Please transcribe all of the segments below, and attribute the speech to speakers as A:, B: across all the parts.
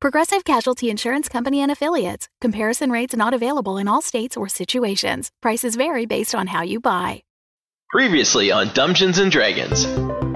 A: Progressive Casualty Insurance Company and Affiliates. Comparison rates not available in all states or situations. Prices vary based on how you buy.
B: Previously on Dungeons and Dragons.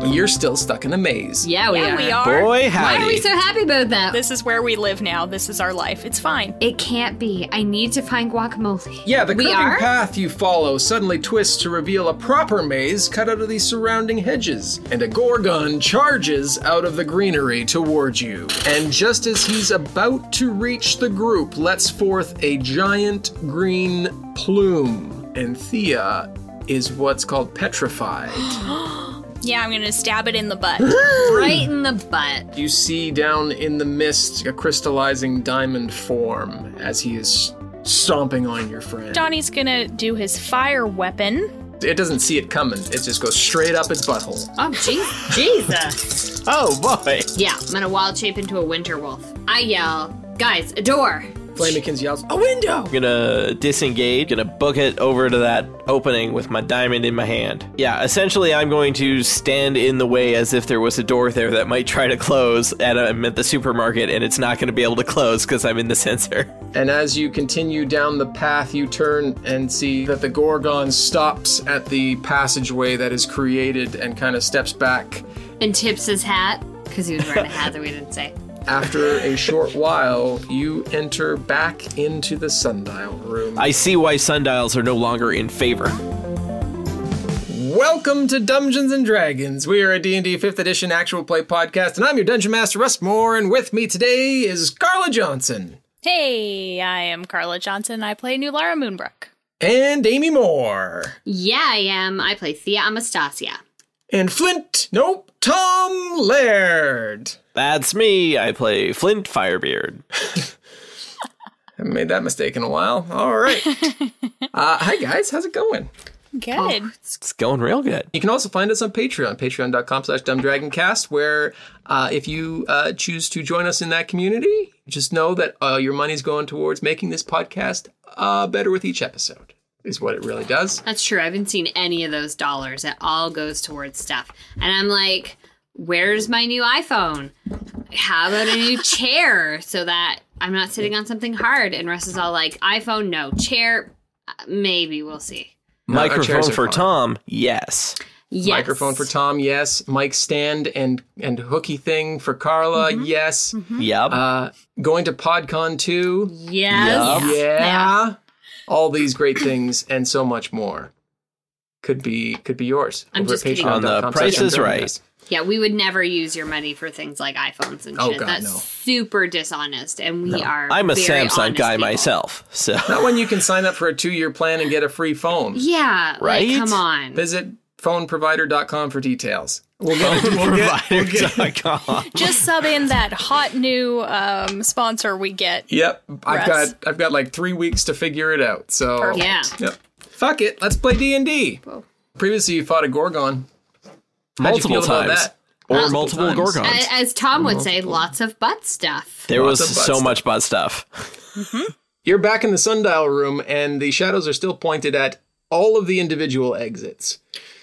C: You're still stuck in the maze.
D: Oh, Yeah, we
E: Yeah,
D: are.
E: we are.
B: Boy,
D: Why
B: howdy.
D: are we so happy about that?
E: This is where we live now. This is our life. It's fine.
D: it can't be. I need to find guacamole.
C: Yeah, the
D: we
C: curving
D: are.
C: path you follow suddenly twists to reveal a proper maze cut out of the surrounding hedges, and a Gorgon charges out of the greenery toward you. And just as he's about to reach the group, lets forth a giant green plume, and Thea is what's called petrified.
E: Yeah, I'm gonna stab it in the butt.
D: right in the butt.
C: You see down in the mist a crystallizing diamond form as he is stomping on your friend.
E: Donnie's gonna do his fire weapon.
C: It doesn't see it coming. It just goes straight up its butthole.
D: Oh, jeez, Jesus.
B: Oh boy.
D: Yeah, I'm gonna wild shape into a winter wolf. I yell, guys, a door.
C: Flamekins yells, "Oh, "A window!"
B: I'm gonna disengage, gonna book it over to that opening with my diamond in my hand. Yeah, essentially I'm going to stand in the way as if there was a door there that might try to close and I'm at the supermarket and it's not gonna be able to close because I'm in the sensor.
C: And as you continue down the path, you turn and see that the Gorgon stops at the passageway that is created and kind of steps back.
D: And tips his hat, because he was wearing a hat that we didn't say.
C: After a short while, you enter back into the sundial room.
B: I see why sundials are no longer in favor.
C: Welcome to Dungeons and Dragons. We are a D&D 5th edition actual play podcast, and I'm your Dungeon Master, Russ Moore, and with me today is Carla Johnson
E: Hey, I am Carla Johnson. I play New Lara Moonbrook.
C: and Amy Moore.
D: Yeah, I am. I play Thea Amastasia.
C: And Flint, nope, Tom Laird.
B: That's me. I play Flint Firebeard.
C: Haven't made that mistake in a while. All right. uh, hi, guys. How's it going?
E: Good.
D: Oh.
B: It's going real good.
C: You can also find us on Patreon, patreon.com slash dumbdragoncast, where uh, if you uh, choose to join us in that community, just know that uh, your money's going towards making this podcast uh, better with each episode, is what it really does.
D: That's true. I haven't seen any of those dollars. It all goes towards stuff. And I'm like, where's my new iPhone? How about a new chair so that I'm not sitting on something hard? And Russ is all like, iPhone, no. Chair, uh, maybe. We'll see.
C: No, our chairs
B: Microphone
C: are
B: for
C: fine.
B: Tom. Yes.
D: Yes.
C: Microphone for Tom, yes. Mic stand and, and hooky thing for Carla, yes.
D: Hmm?
B: Yep.
C: Uh, going to PodCon 2,
D: Yes.
B: Yeah.
C: Yeah. All these great things and so much more could be could be yours.
D: I'm
C: over
D: just
C: at
D: kidding.
C: patreon.com
B: On the
C: slash
B: Price is
C: Dungeon
B: Right.
C: Cast.
D: Yeah, we would never use your money for things like iPhones and shit.
C: Oh, God,
D: That's
C: no.
D: super dishonest. And we are.
B: I'm a
D: very
B: Samsung
D: honest
B: guy
D: people.
B: myself. So
C: Not when you can sign up for a two year plan and get a free phone.
D: Yeah. Right?
B: Right?
D: come on.
C: Visit phoneprovider.com for details. We'll get, we'll get- we'll get-
B: provider.com.
E: Just sub in that hot new um, sponsor we get.
C: Yep. I've
E: Russ.
C: got I've got like three weeks to figure it out. So
E: Perfect.
D: Yeah.
C: Yep. Fuck it. Let's play D and D. Previously you fought a Gorgon. How'd you
B: multiple
C: feel about
B: times
C: that?
B: or multiple
C: times.
B: gorgons.
D: A- As Tom would say, lots of butt stuff.
B: there was
C: Lots of butt
B: so
C: stuff.
B: much butt stuff.
C: You're back in the sundial room and the shadows are still pointed at all of the individual exits.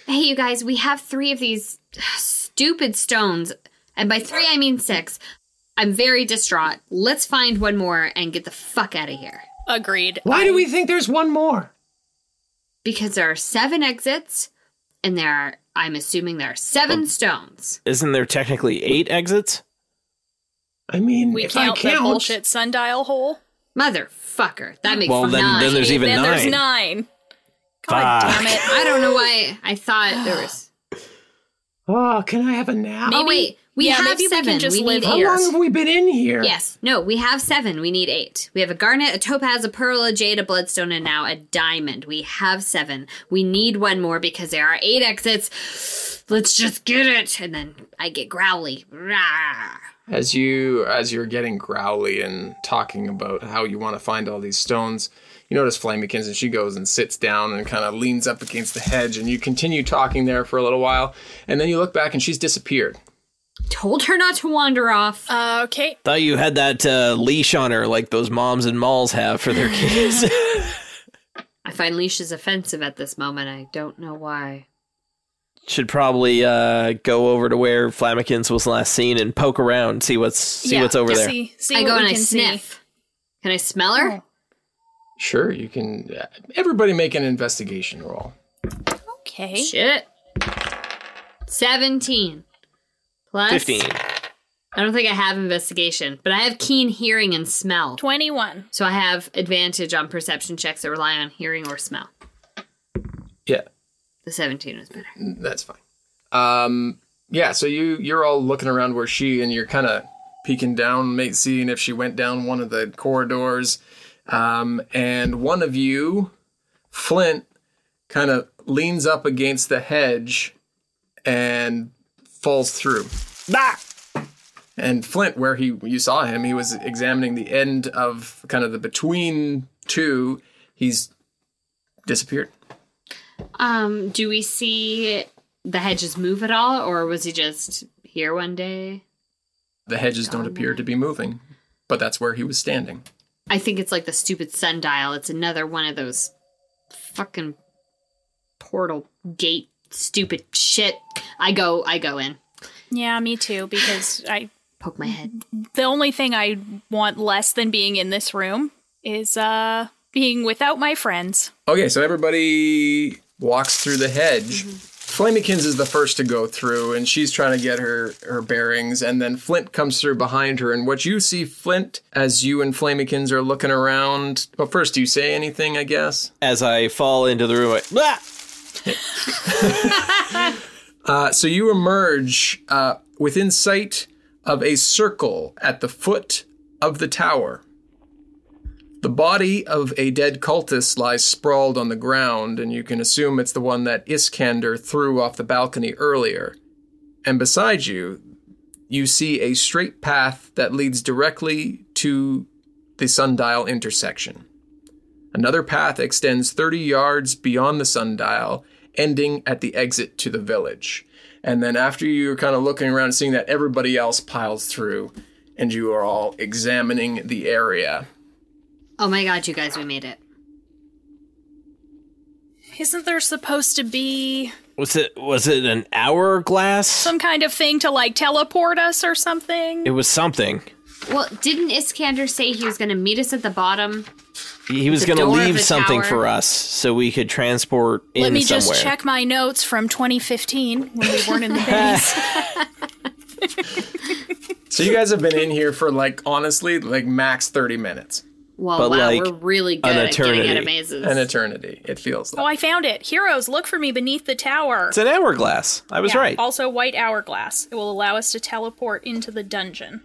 D: Hey, you guys, we have three of these stupid stones. And by three, I mean six. I'm very distraught. Let's find one more and get the fuck out of here.
E: Agreed.
C: Why do we think there's one more?
D: Because there are seven exits, and there are, I'm assuming, there are
B: Oh.
D: seven stones.
B: Isn't there technically eight exits?
C: I mean,
E: We
C: if
E: count
C: I
E: that
C: count,
E: bullshit sundial hole.
D: Motherfucker. That makes
B: Well, then-
D: nine.
B: then there's even-
E: then there's
B: nine.
E: nine. God
B: Fuck.
E: damn it.
D: I don't know why I thought there was.
C: Oh, can I have a nap?
D: oh, wait. We
E: yeah,
D: have
E: maybe we can
D: seven.
E: just
D: we
E: live
D: need
E: here.
D: eight.
C: How long have we been in here?
D: Yes. No, we have seven. We need eight. We have a garnet, a topaz, a pearl, a jade, a bloodstone, and now a diamond. We have seven. We need one more because there are eight exits. Let's just get it. And then I get growly. Rah.
C: As you as you're getting growly and talking about how you want to find all these stones, You notice Flame McKinson, she goes and sits down and kind of leans up against the hedge, and you continue talking there for a little while, and then you look back and she's disappeared.
D: Told her not to wander off.
E: uh, okay.
B: Thought you had that uh, leash on her like those moms and malls have for their kids.
D: I find leashes offensive at this moment. I don't know why.
B: Should probably uh, go over to where Flamikins was last seen and poke around, see what's see
D: Yeah,
B: what's over there.
E: See, see
D: I
E: what
D: go
E: we
D: and I
E: can see.
D: sniff. Can I smell her?
C: Sure, you can. Everybody make an investigation roll.
E: Okay.
D: Shit. 17. Plus.
B: Fifteen.
D: I don't think I have investigation, but I have keen hearing and smell.
E: 21.
D: So I have advantage on perception checks that rely on hearing or smell.
C: Yeah,
D: The 17 was better.
C: that's fine. Um, yeah, so you you're all looking around where she and you're kind of peeking down, mate, seeing if she went down one of the corridors. Um, and one of you, Flint, kind of leans up against the hedge and falls through. And Flint, where he you saw him, he was examining the end of kind of the between two. He's disappeared.
D: Um, do we see the hedges move at all, or was he just here one day?
C: The hedges don't appear to be moving, but that's where he was standing.
D: I think it's like the stupid sundial. It's another one of those fucking portal gate stupid shit. I go, I go in,
E: Yeah, me too, because I
D: poke my head.
E: the only thing I want less than being in this room is uh being without my friends.
C: Okay, so everybody walks throrough the hedge. Flamekins is the first to go through, and she's trying to get her, her bearings. And then Flint comes through behind her. And what you see, Flint, as you and Flamekins are looking around. Well, first, do you say anything, I guess?
B: As I fall into the room, I, "Ah!" Blah!
C: Uh, so you emerge uh, within sight of a circle at the foot of the tower. The body of a dead cultist lies sprawled on the ground, and you can assume it's the one that Iskander threw off the balcony earlier. And beside you, you see a straight path that leads directly to the sundial intersection. Another path extends 30 yards beyond the sundial, ending at the exit to the village. And then after you're kind of looking around, seeing that everybody else piles through, and you are all examining the area.
D: Oh my god, you guys, we made it.
E: Isn't there supposed to be
B: was it was it an hourglass?
E: some kind of thing to like teleport us or something?
B: it was something.
D: Well, didn't Iskander say he was going to meet us at the bottom?
B: He he was
D: The
B: going to
D: door of
B: leave
D: the
B: something
D: tower.
B: for us so we could transport in
E: Let me
B: somewhere.
E: just check my notes from 2015 when we weren't in the base.
C: So you guys have been in here for like honestly, like max 30 minutes.
D: Well,
B: But,
D: wow,
B: like,
D: we're really good
B: an
D: at getting out
B: eternity.
D: of mazes.
C: An eternity, it feels
E: oh,
C: like.
E: I found it. Heroes, look for me beneath the tower.
B: It's an hourglass. I was
E: Yeah,
B: right.
E: Also, white hourglass. It will allow us to teleport into the dungeon.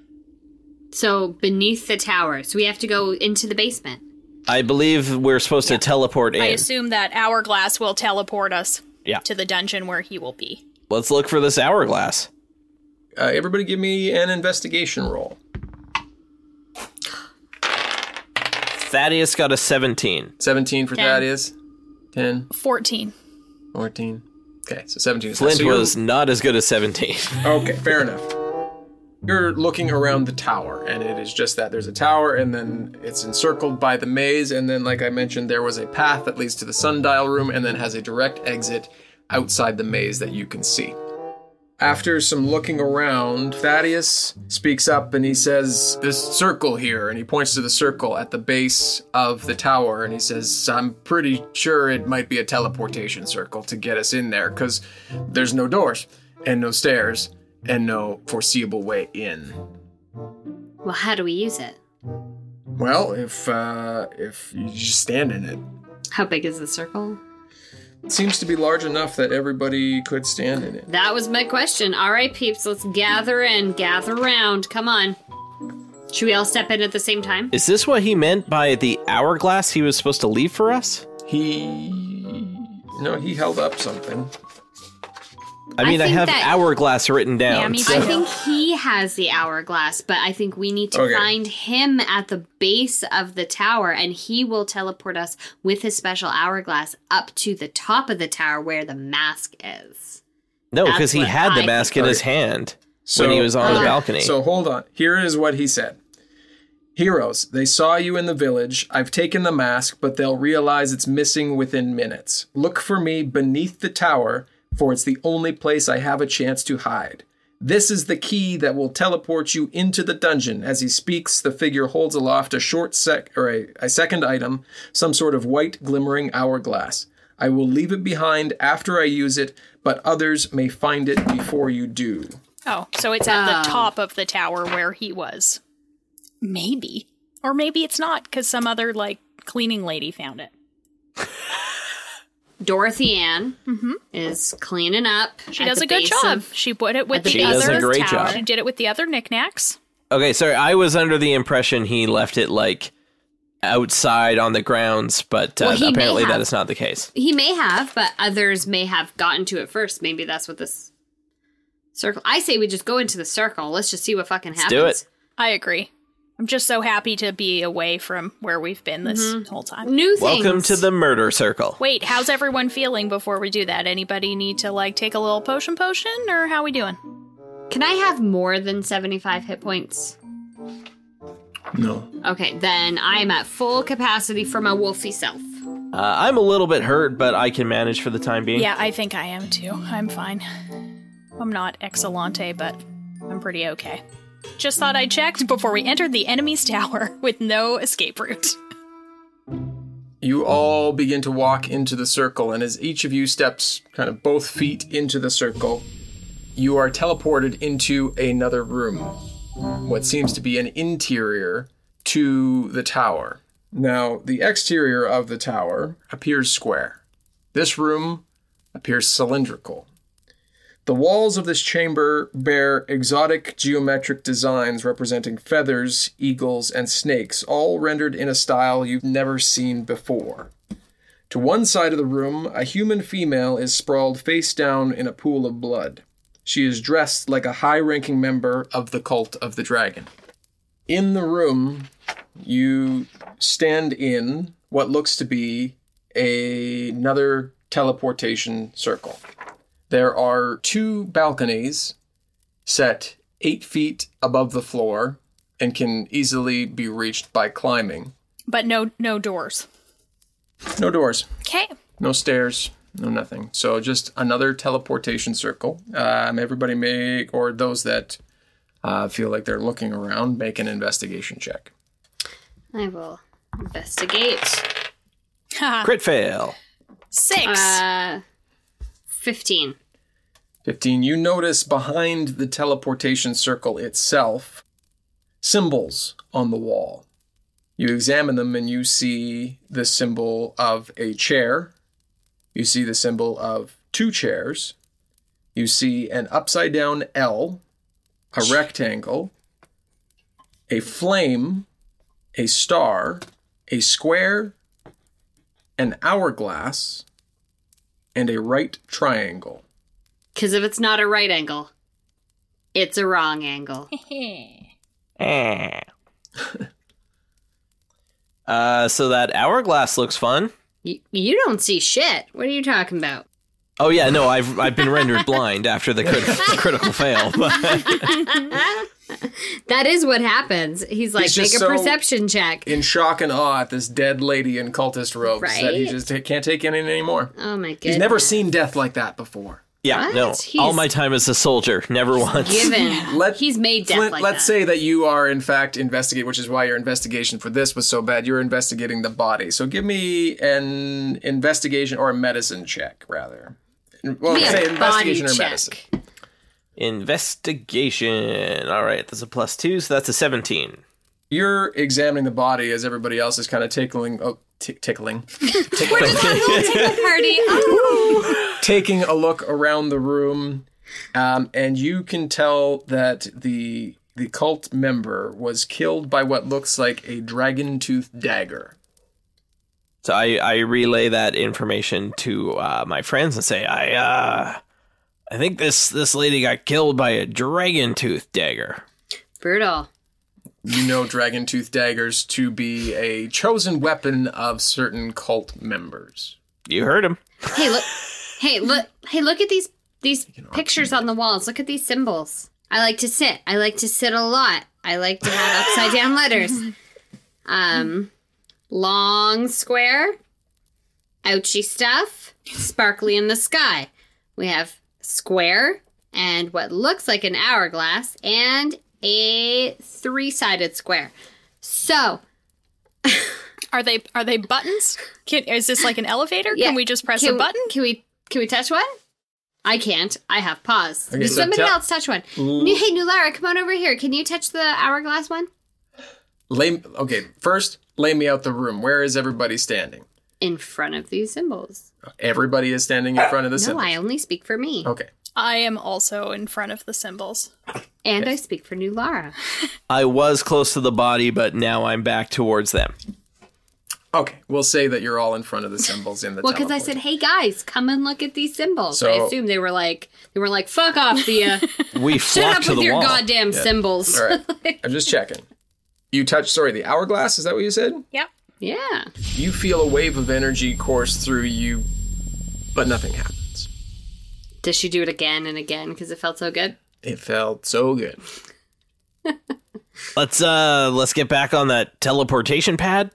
D: so beneath the tower, so we have to go into the basement.
B: I believe we're supposed to teleport
E: I
B: in.
E: assume that hourglass will teleport us
B: Yeah.
E: to the dungeon where he will be.
B: Let's look for this hourglass.
C: Uh, everybody give me an investigation roll.
B: Thaddeus got a 17.
C: 17 for
E: Ten.
C: Thaddeus, 10,
E: 14.
C: 14. Okay, so 17 is
B: Flint
C: so you're-
B: was not as good as 17.
C: Okay, fair enough. You're looking around the tower, and it is just that there's a tower, and then it's encircled by the maze, and then, like I mentioned, there was a path that leads to the sundial room and then has a direct exit outside the maze that you can see. After some looking around, Thaddeus speaks up and he says, This circle here, and he points to the circle at the base of the tower, and he says, I'm pretty sure it might be a teleportation circle to get us in there, because there's no doors, and no stairs, and no foreseeable way in.
D: Well, how do we use it?
C: Well, if uh, if you just stand in it,
D: How big is the circle?
C: it seems to be large enough that everybody could stand in it.
D: That was my question. All right, peeps, let's gather in, gather round. Come on. Should we all step in at the same time?
B: Is this what he meant by the hourglass he was supposed to leave for us?
C: He no, he held up something.
B: I mean, I,
D: think
B: have
D: that-
B: hourglass written down.
E: Yeah, me
B: so-
D: I
E: too.
D: think he has the hourglass, but I think we need to
C: Okay.
D: find him at the base of the tower, and he will teleport us with his special hourglass up to the top of the tower where the mask is.
B: no,
D: that's
B: because he
D: what
B: had the
D: I
B: mask in
D: think.
B: his hand when he was on the
D: okay.
B: balcony.
C: uh, So hold on. Here is what he said. Heroes, they saw you in the village. I've taken the mask, but they'll realize it's missing within minutes. Look for me beneath the tower, for it's the only place I have a chance to hide. This is the key that will teleport you into the dungeon. As he speaks, the figure holds aloft a short sec or a, a second item, some sort of white glimmering hourglass. I will leave it behind after I use it, but others may find it before you do.
E: Oh, so it's at
D: Oh.
E: the top of the tower where he was. Maybe. Or maybe it's not because some other, like, cleaning lady found it.
D: Dorothy Ann is cleaning up.
E: She
D: at
E: does
D: the
E: a good
D: base
E: job.
D: of-
E: she put it with
D: at the
E: the,
D: base
E: other
D: of the
B: Great
E: tower.
B: job.
E: She did it with the other knickknacks.
B: okay, sorry. I was under the impression he left it like outside on the grounds, but uh,
D: Well, he may
B: apparently that
D: have.
B: is not the case.
D: he may have, but others may have gotten to it first. Maybe that's what this circle. I say we just go into the circle. Let's just see what fucking happens.
B: do
E: I agree. I'm just so happy to be away from where we've been this
D: Mm-hmm.
E: whole time.
D: New things.
B: Welcome to the murder circle.
E: Wait, how's everyone feeling before we do that? Anybody need to like take a little potion potion or how we doing?
D: Can I have more than seventy-five hit points?
C: No.
D: Okay, then I'm at full capacity for my wolfy self.
B: Uh, I'm a little bit hurt, but I can manage for the time being.
E: Yeah, I think I am too. I'm fine. I'm not excellente, but I'm pretty okay. Just thought I checked before we entered the enemy's tower with no escape route.
C: You all begin to walk into the circle, and as each of you steps kind of both feet into the circle, you are teleported into another room, what seems to be an interior to the tower. Now, the exterior of the tower appears square. This room appears cylindrical. The walls of this chamber bear exotic geometric designs representing feathers, eagles, and snakes, all rendered in a style you've never seen before. To one side of the room, a human female is sprawled face down in a pool of blood. She is dressed like a high ranking member of the Cult of the Dragon. In the room, you stand in what looks to be a- another teleportation circle. There are two balconies set eight feet above the floor and can easily be reached by climbing.
E: But no no doors.
C: No doors,
E: Okay.
C: no stairs, no nothing. So just another teleportation circle. Um, everybody make, or those that uh, feel like they're looking around, make an investigation check.
D: I will investigate.
B: Crit fail.
E: Six.
D: Uh, 15.
C: 15. You notice behind the teleportation circle itself symbols on the wall. You examine them and you see the symbol of a chair. You see the symbol of two chairs. You see an upside down L, a rectangle, a flame, a star, a square, an hourglass, and a right triangle.
D: Because if it's not a right angle, it's a wrong angle.
B: Eh. uh, so that hourglass looks fun.
D: you, you don't see shit. What are you talking about?
B: Oh yeah, no, I've I've been rendered blind after the crit- critical fail. But
D: That is what happens. He's like,
C: He's
D: make
C: just
D: a
C: so-
D: perception check.
C: in shock and awe at this dead lady in cultist robes that he
D: Right?
C: just can't take in anymore.
D: Oh my goodness.
C: He's never seen death like that before.
B: yeah,
D: What?
B: no,
D: He's-
B: all my time as a soldier, never once.
D: Given.
C: Let-
D: He's made death
C: Flint,
D: like
C: let's
D: that.
C: say that you are in fact investigate, which is why your investigation for this was so bad. You're investigating the body, so give me an investigation or a medicine check rather. Well,
D: Be a
C: say
D: body
C: investigation or
D: check.
C: medicine.
B: Investigation. All right, that's a plus two, so that's a seventeen.
C: You're examining the body as everybody else is kind of tickling, oh, t- tickling,
D: Party.
C: taking a look around the room, um, and you can tell that the the cult member was killed by what looks like a dragon tooth dagger.
B: So I I relay that information to uh, my friends and say I uh I think this this lady got killed by a dragon tooth dagger.
D: Brutal.
C: You know dragon tooth daggers to be a chosen weapon of certain cult members.
B: You heard him.
D: Hey, look. hey, look. Hey, look at these these pictures on the walls. Look at these symbols. I like to sit. I like to sit a lot. I like to have upside down letters. Um, long square, ouchy stuff, sparkly in the sky. We have square and what looks like an hourglass and a three-sided square. So,
E: Are they are they buttons? Can, is this like an elevator?
D: Yeah.
E: Can we just press
D: can
E: a
D: we-
E: button?
D: Can we can we touch one? I can't. I have paws.
C: Okay, so
D: Somebody
C: tell-
D: else touch one. New, hey, new Lara, come on over here. Can you touch the hourglass one?
C: Lay okay, first lay me out the room. Where is everybody standing?
D: In front of these symbols.
C: Everybody is standing in front of the
D: No,
C: symbol. Oh,
D: I only speak for me,
C: Okay.
E: I am also in front of the symbols.
D: and I speak for new Lara.
B: I was close to the body, but now I'm back towards them.
C: Okay. We'll say that you're all in front of the symbols in the
D: Well, because I said,
C: teleport.
D: "Hey guys, come and look at these symbols." I
C: So-
D: assume they were like, they were like, "Fuck off, Thea!
B: We
D: Shut
B: flocked
D: up
B: to
D: with
B: the
D: your
B: wall.
D: goddamn symbols."
C: All right. I'm just checking. You touched sorry, the hourglass, is that what you said?
E: Yep.
D: Yeah.
C: You feel a wave of energy course through you, but nothing happens.
D: Does she do it again and again because it felt so good?
C: It felt so good.
B: Let's uh let's get back on that teleportation pad.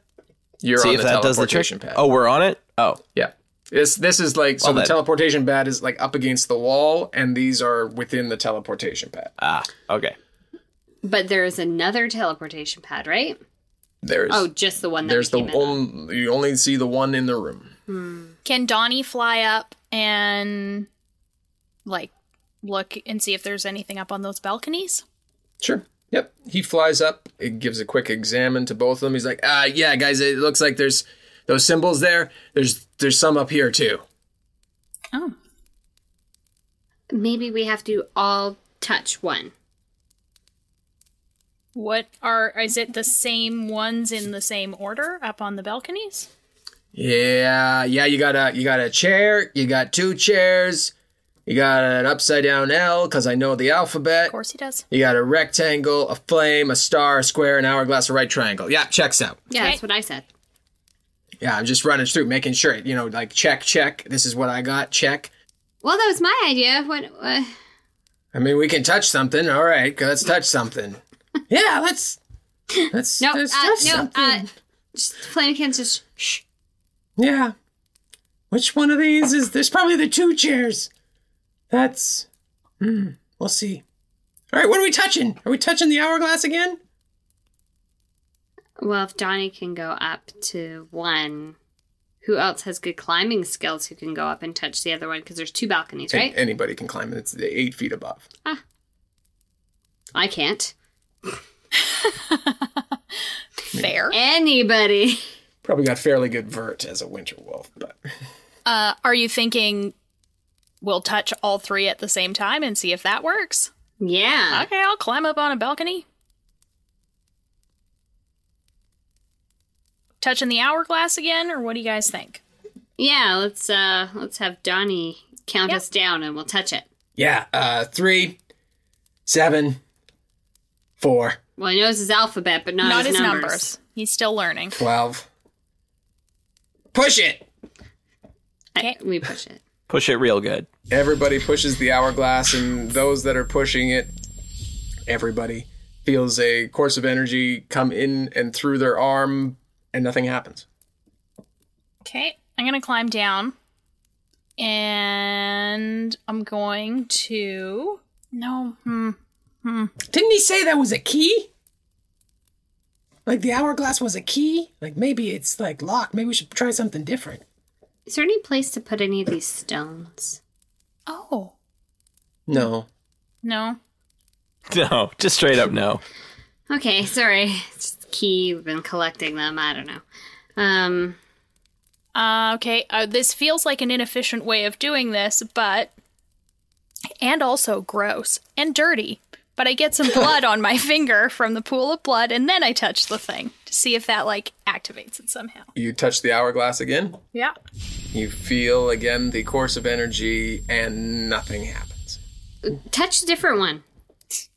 C: You're
B: see
C: on
B: if
C: the
B: that does the trick.
C: teleportation pad.
B: Oh, we're on it. Oh,
C: yeah. This this is like so
B: Well
C: the
B: then.
C: teleportation pad is like up against the wall, and these are within the teleportation pad.
B: ah, okay.
D: But there is another teleportation pad, right?
C: There's
D: Oh, just the one that
C: there's
D: we
C: the
D: came in on.
C: one you only see the one in the room.
E: Can Donnie fly up and like look and see if there's anything up on those balconies?
C: Sure. Yep. He flies up. It gives a quick examine to both of them. He's like, ah, yeah, guys. It looks like there's those symbols there. There's there's some up here too.
E: Oh.
D: Maybe we have to all touch one.
E: What are is it the same ones in the same order up on the balconies?
C: Yeah, yeah. You got a you got a chair. You got two chairs. You got an upside down L because I know the alphabet.
E: Of course he does.
C: You got a rectangle, a flame, a star, a square, an hourglass, a right triangle. Yeah, checks out.
D: Yeah,
E: Okay.
D: that's what I said.
C: Yeah, I'm just running through, making sure, you know, like check, check. This is what I got. Check.
D: Well, that was my idea. What? Uh,
C: I mean, we can touch something. All right, let's touch something. Yeah, let's. Let's.
D: no, uh,
C: let's
D: no.
C: touch something.
D: Uh, just plain and Kansas. Just shh.
C: Yeah. Which one of these is? There's probably the two chairs. That's. Hmm. We'll see. All right, what are we touching? Are we touching the hourglass again?
D: Well, if Donnie can go up to one, who else has good climbing skills who can go up and touch the other one? Because there's two balconies, right?
C: An- Anybody can climb it. It's eight feet above.
D: I can't.
E: Fair.
D: Anybody?
C: Probably got fairly good vert as a winter wolf, but
E: Uh, are you thinking we'll touch all three at the same time and see if that works?
D: Yeah.
E: Okay, I'll climb up on a balcony. Touching the hourglass again, or what do you guys think?
D: Yeah. Let's uh let's have Donnie count us down and we'll touch it.
C: yeah. Uh, three, seven, four,
D: Well, he knows his alphabet, but not, his, numbers.
E: He's still learning.
C: twelve. Push it.
D: I-
E: Okay.
D: we push it.
B: Push it real good.
C: Everybody pushes the hourglass, and those that are pushing it, everybody feels a course of energy come in and through their arm, and nothing happens.
E: Okay, I'm gonna climb down, and I'm going to. No, hmm.
C: Didn't he say that was a key? Like the hourglass was a key? Like maybe it's like locked. Maybe we should try something different.
D: Is there any place to put any of these stones?
E: Oh
C: No.
E: no.
B: No, just straight up no.
D: Okay, sorry. It's just key. We've been collecting them. I don't know. Um,
E: Uh, okay, uh, this feels like an inefficient way of doing this, but and also gross and dirty. But I get some blood on my finger from the pool of blood, and then I touch the thing to see if that like activates it somehow.
C: You touch the hourglass again.
E: Yeah.
C: You feel again the course of energy, and nothing happens.
D: touch a different one.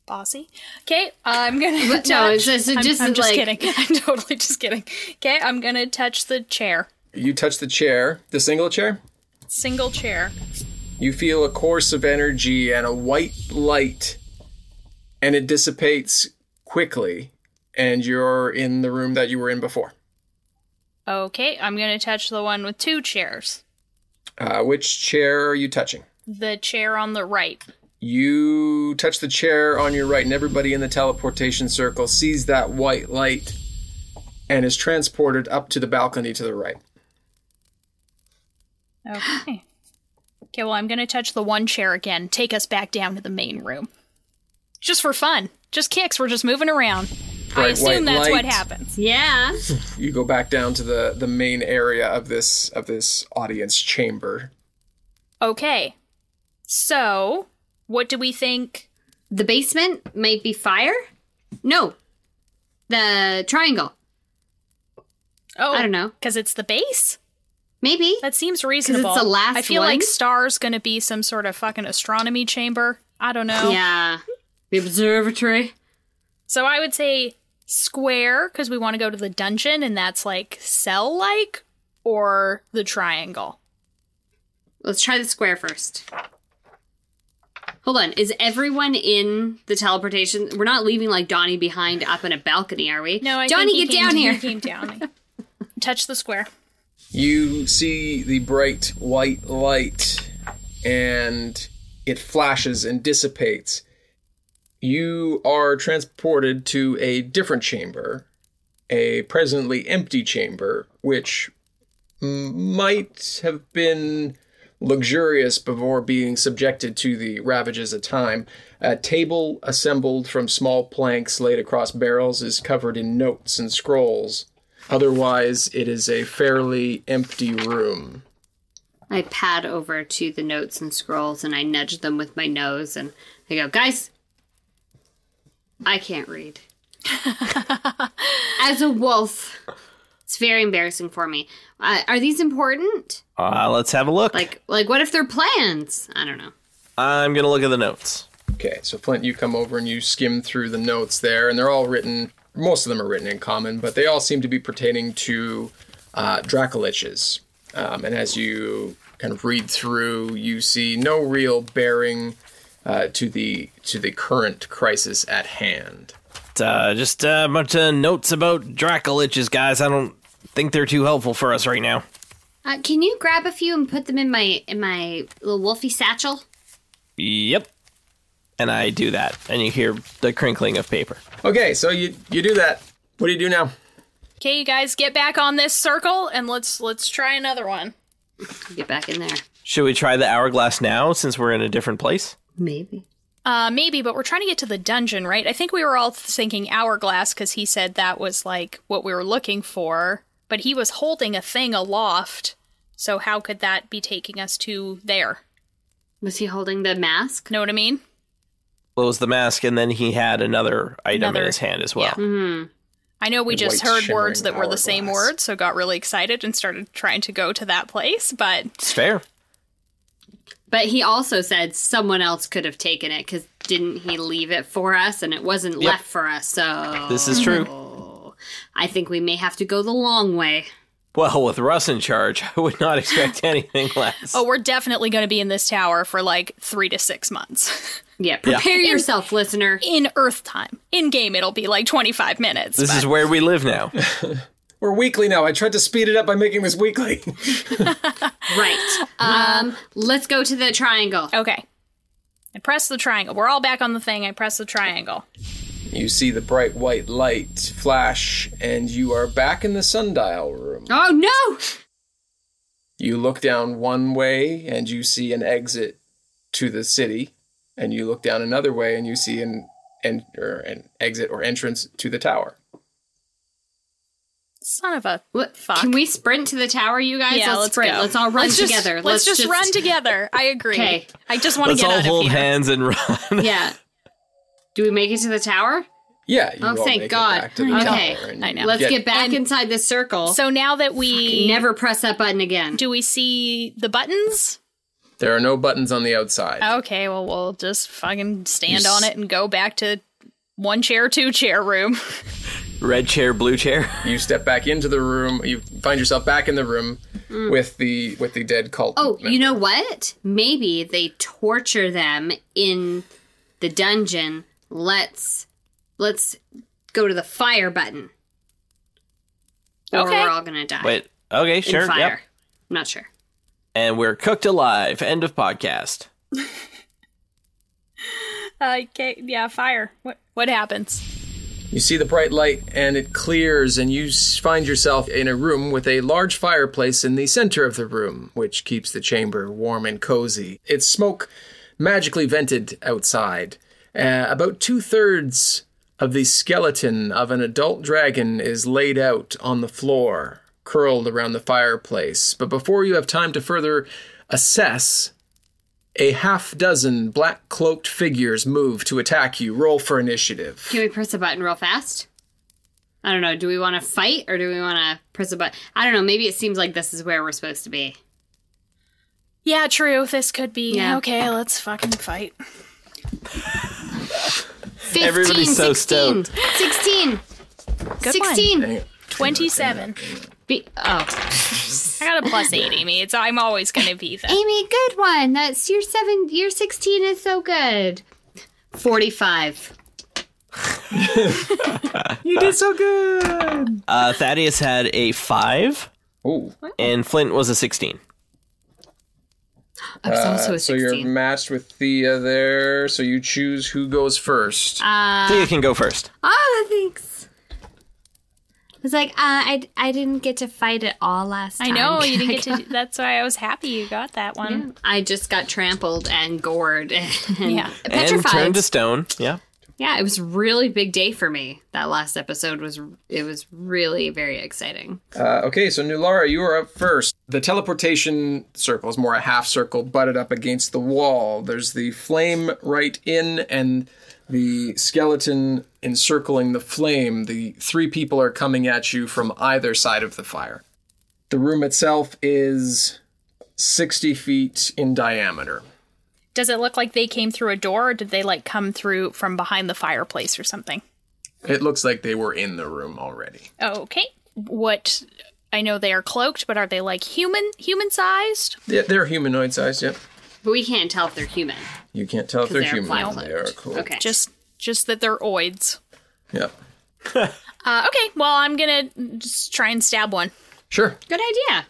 E: bossy. Okay, I'm gonna.
D: But
E: touch,
D: no, it's just- it
E: I'm,
D: just
E: I'm
D: is
E: just
D: like-
E: kidding. I'm totally just kidding. Okay, I'm gonna touch the chair,
C: You touch the chair, the single chair.
E: single chair.
C: You feel a course of energy and a white light, and it dissipates quickly, and you're in the room that you were in before.
E: Okay, I'm gonna touch the one with two chairs.
C: Uh, which chair are you touching?
E: The chair on the right.
C: You touch the chair on your right, and everybody in the teleportation circle sees that white light and is transported up to the balcony to the right.
E: Okay. Okay, well, I'm gonna touch the one chair again. Take us back down to the main room, just for fun. Just kicks. We're just moving around. I
C: Bright white
E: assume that's what
C: light.
E: happens.
D: Yeah.
C: You go back down to the, the main area of this of this audience chamber.
E: Okay. So, what do we think?
D: The basement might be fire. No. The triangle.
E: Oh,
D: I don't know.
E: Because it's the base.
D: Maybe.
E: That seems reasonable.
D: the last
E: I feel
D: one.
E: like Star's going to be some sort of fucking astronomy chamber. I don't know.
D: Yeah. The observatory.
E: So I would say square because we want to go to the dungeon and that's like cell like or the triangle.
D: Let's try the square first. Hold on. Is everyone in the teleportation? We're not leaving like Donnie behind up in a balcony, are we?
E: No, I
D: Donnie,
E: think
D: get
E: he
D: down
E: came-
D: here.
E: He came down. Touch the square.
C: You see the bright white light and it flashes and dissipates. You are transported to a different chamber, a presently empty chamber, which m- might have been luxurious before being subjected to the ravages of time. A table assembled from small planks laid across barrels is covered in notes and scrolls. Otherwise, it is a fairly empty room.
D: I pad over to the notes and scrolls and I nudge them with my nose and I go, guys, I can't read. As a wolf, it's very embarrassing for me. Uh, are these important?
B: Uh, let's have a look.
D: Like, like what if they're plans? I don't know.
B: I'm gonna look at the notes.
C: Okay, so Flint, you come over and you skim through the notes there, and they're all written. Most of them are written in common, but they all seem to be pertaining to uh, Dracoliches. Um, and as you kind of read through, you see no real bearing uh, to the to the current crisis at hand.
B: Uh, just uh, a bunch of notes about Dracoliches, guys. I don't think they're too helpful for us right now.
D: Uh, can you grab a few and put them in my in my little wolfy satchel?
B: Yep. And I do that, and you hear the crinkling of paper.
C: Okay, so you you do that. What do you do now?
E: Okay, you guys get back on this circle and let's let's try another one.
D: Get back in there.
B: Should we try the hourglass now since we're in a different place?
D: Maybe.
E: Uh, maybe, but we're trying to get to the dungeon, right? I think we were all thinking hourglass because he said that was like what we were looking for, but he was holding a thing aloft. So how could that be taking us to there?
D: Was he holding the mask?
E: Know what I mean?
B: Close the mask, and then he had another item in
E: Another-
B: his hand as well.
E: I know we
C: The
E: just
C: white
E: heard words that
C: shimmering
E: were the same
C: hourglass.
E: word, so got really excited and started trying to go to that place, but
B: It's fair.
D: But he also said someone else could have taken it because didn't he leave it for us and it wasn't
B: Yep.
D: left for us? So
B: This is true.
D: I think we may have to go the long way.
B: Well, with Russ in charge, I would not expect anything less.
E: oh, we're definitely going to be in this tower for like three to six months
D: Yeah, prepare yourself, listener.
E: in Earth time. In game, it'll be like 25 minutes.
B: this
E: but-
B: is where we live now.
C: We're weekly now. I tried to speed it up by making this weekly.
D: Right. Um, let's go to the triangle.
E: Okay. I press the triangle. We're all back on the thing. I press the triangle.
C: You see the bright white light flash, and you are back in the sundial room.
D: Oh no!
C: You look down one way, and you see an exit to the city, and you look down another way, and you see an, en- or an exit or entrance to the tower.
E: Son of a
D: What,
E: fuck.
D: Can we sprint to the tower, you guys?
E: yeah,
D: let's,
E: let's
D: sprint.
E: go.
D: Let's all run
E: just-
D: together.
E: Let's, just, run together. I agree.
D: 'Kay.
E: I just want to
B: Let's
E: get
B: all
E: out
B: hold
E: of here.
B: hands and run.
D: yeah. Do we make it to the tower?
C: Yeah, you
D: Oh,
C: all make
D: thank
C: it
D: God.
C: back to the
D: Okay.
C: tower, and
E: I
C: you
E: know.
D: Let's
C: get-
D: get, back inside this circle.
E: So now that we
D: never press that button again.
E: do we see the buttons?
C: There are no buttons on the outside.
D: Oh.
E: Okay, well, we'll just fucking stand
C: You
E: on
C: s-
E: it and go back to one chair, two chair room.
B: Red chair, blue chair.
C: You step back into the room. You find yourself back in the room with the with the dead cult.
D: Mm. Oh,
C: member.
D: you know what? Maybe they torture them in the dungeon. Let's let's go to the fire button. Or
E: Okay.
D: we're all gonna die.
B: Wait. Okay,
D: in
B: sure.
D: fire.
B: Yep.
D: I'm not sure.
B: And we're cooked alive. End of podcast.
E: Uh, okay, yeah, fire. What what happens?
C: You see the bright light and it clears, and you s- find yourself in a room with a large fireplace in the center of the room, which keeps the chamber warm and cozy. Its smoke magically vented outside. Uh, about two thirds of the skeleton of an adult dragon is laid out on the floor, curled around the fireplace. But before you have time to further assess, a half dozen black cloaked figures move to attack you. Roll for initiative.
D: Can we press a button real fast? I don't know. Do we want to fight or do we want to press a button? I don't know. Maybe it seems like this is where we're supposed to be.
E: Yeah, true. This could be.
D: Yeah.
E: Okay, let's fucking fight.
D: 15,
B: Everybody's so
D: 16, 16.
E: Good
D: 16.
E: Twenty-seven.
D: Be- oh,
E: I got a plus eight, Amy. It's I'm always gonna be that.
D: Amy, good one. That's your seven. Your 16 is so good. 45.
C: You did so good.
B: Uh, Thaddeus had a five,
C: Ooh.
B: and Flint was a sixteen.
D: I was
B: Uh,
D: also a
C: So you're
D: 16.
C: matched with Thea there. So you choose who goes first.
D: Uh,
B: Thea can go first.
D: oh, thanks. I was like, uh, I, I didn't get to fight at all last
E: I
D: time.
E: know you didn't get to. That's why I was happy you got that one.
D: I just got trampled and gored and
E: Yeah.
B: And
D: petrified.
B: turned to stone. Yeah.
D: Yeah, it was a really big day for me. That last episode was it was really very exciting.
C: Uh, okay, so Nulara, you are up first. The teleportation circle is more a half circle butted up against the wall. There's the flame right in and the skeleton encircling the flame. The three people are coming at you from either side of the fire. The room itself is 60 feet in diameter.
E: Does it look like they came through a door, or did they like come through from behind the fireplace or something?
C: It looks like they were in the room already.
E: Okay. What? I know they are cloaked, but are they like human human sized?
C: Yeah, they're humanoid sized, yep.
D: But we can't tell if they're human.
C: You can't tell if they're,
D: they're
C: human.
D: flat.
C: They are cool.
D: Okay.
E: Just just that they're oids.
C: Yep.
E: Uh, okay, well I'm gonna just try and stab one.
C: Sure.
D: Good idea.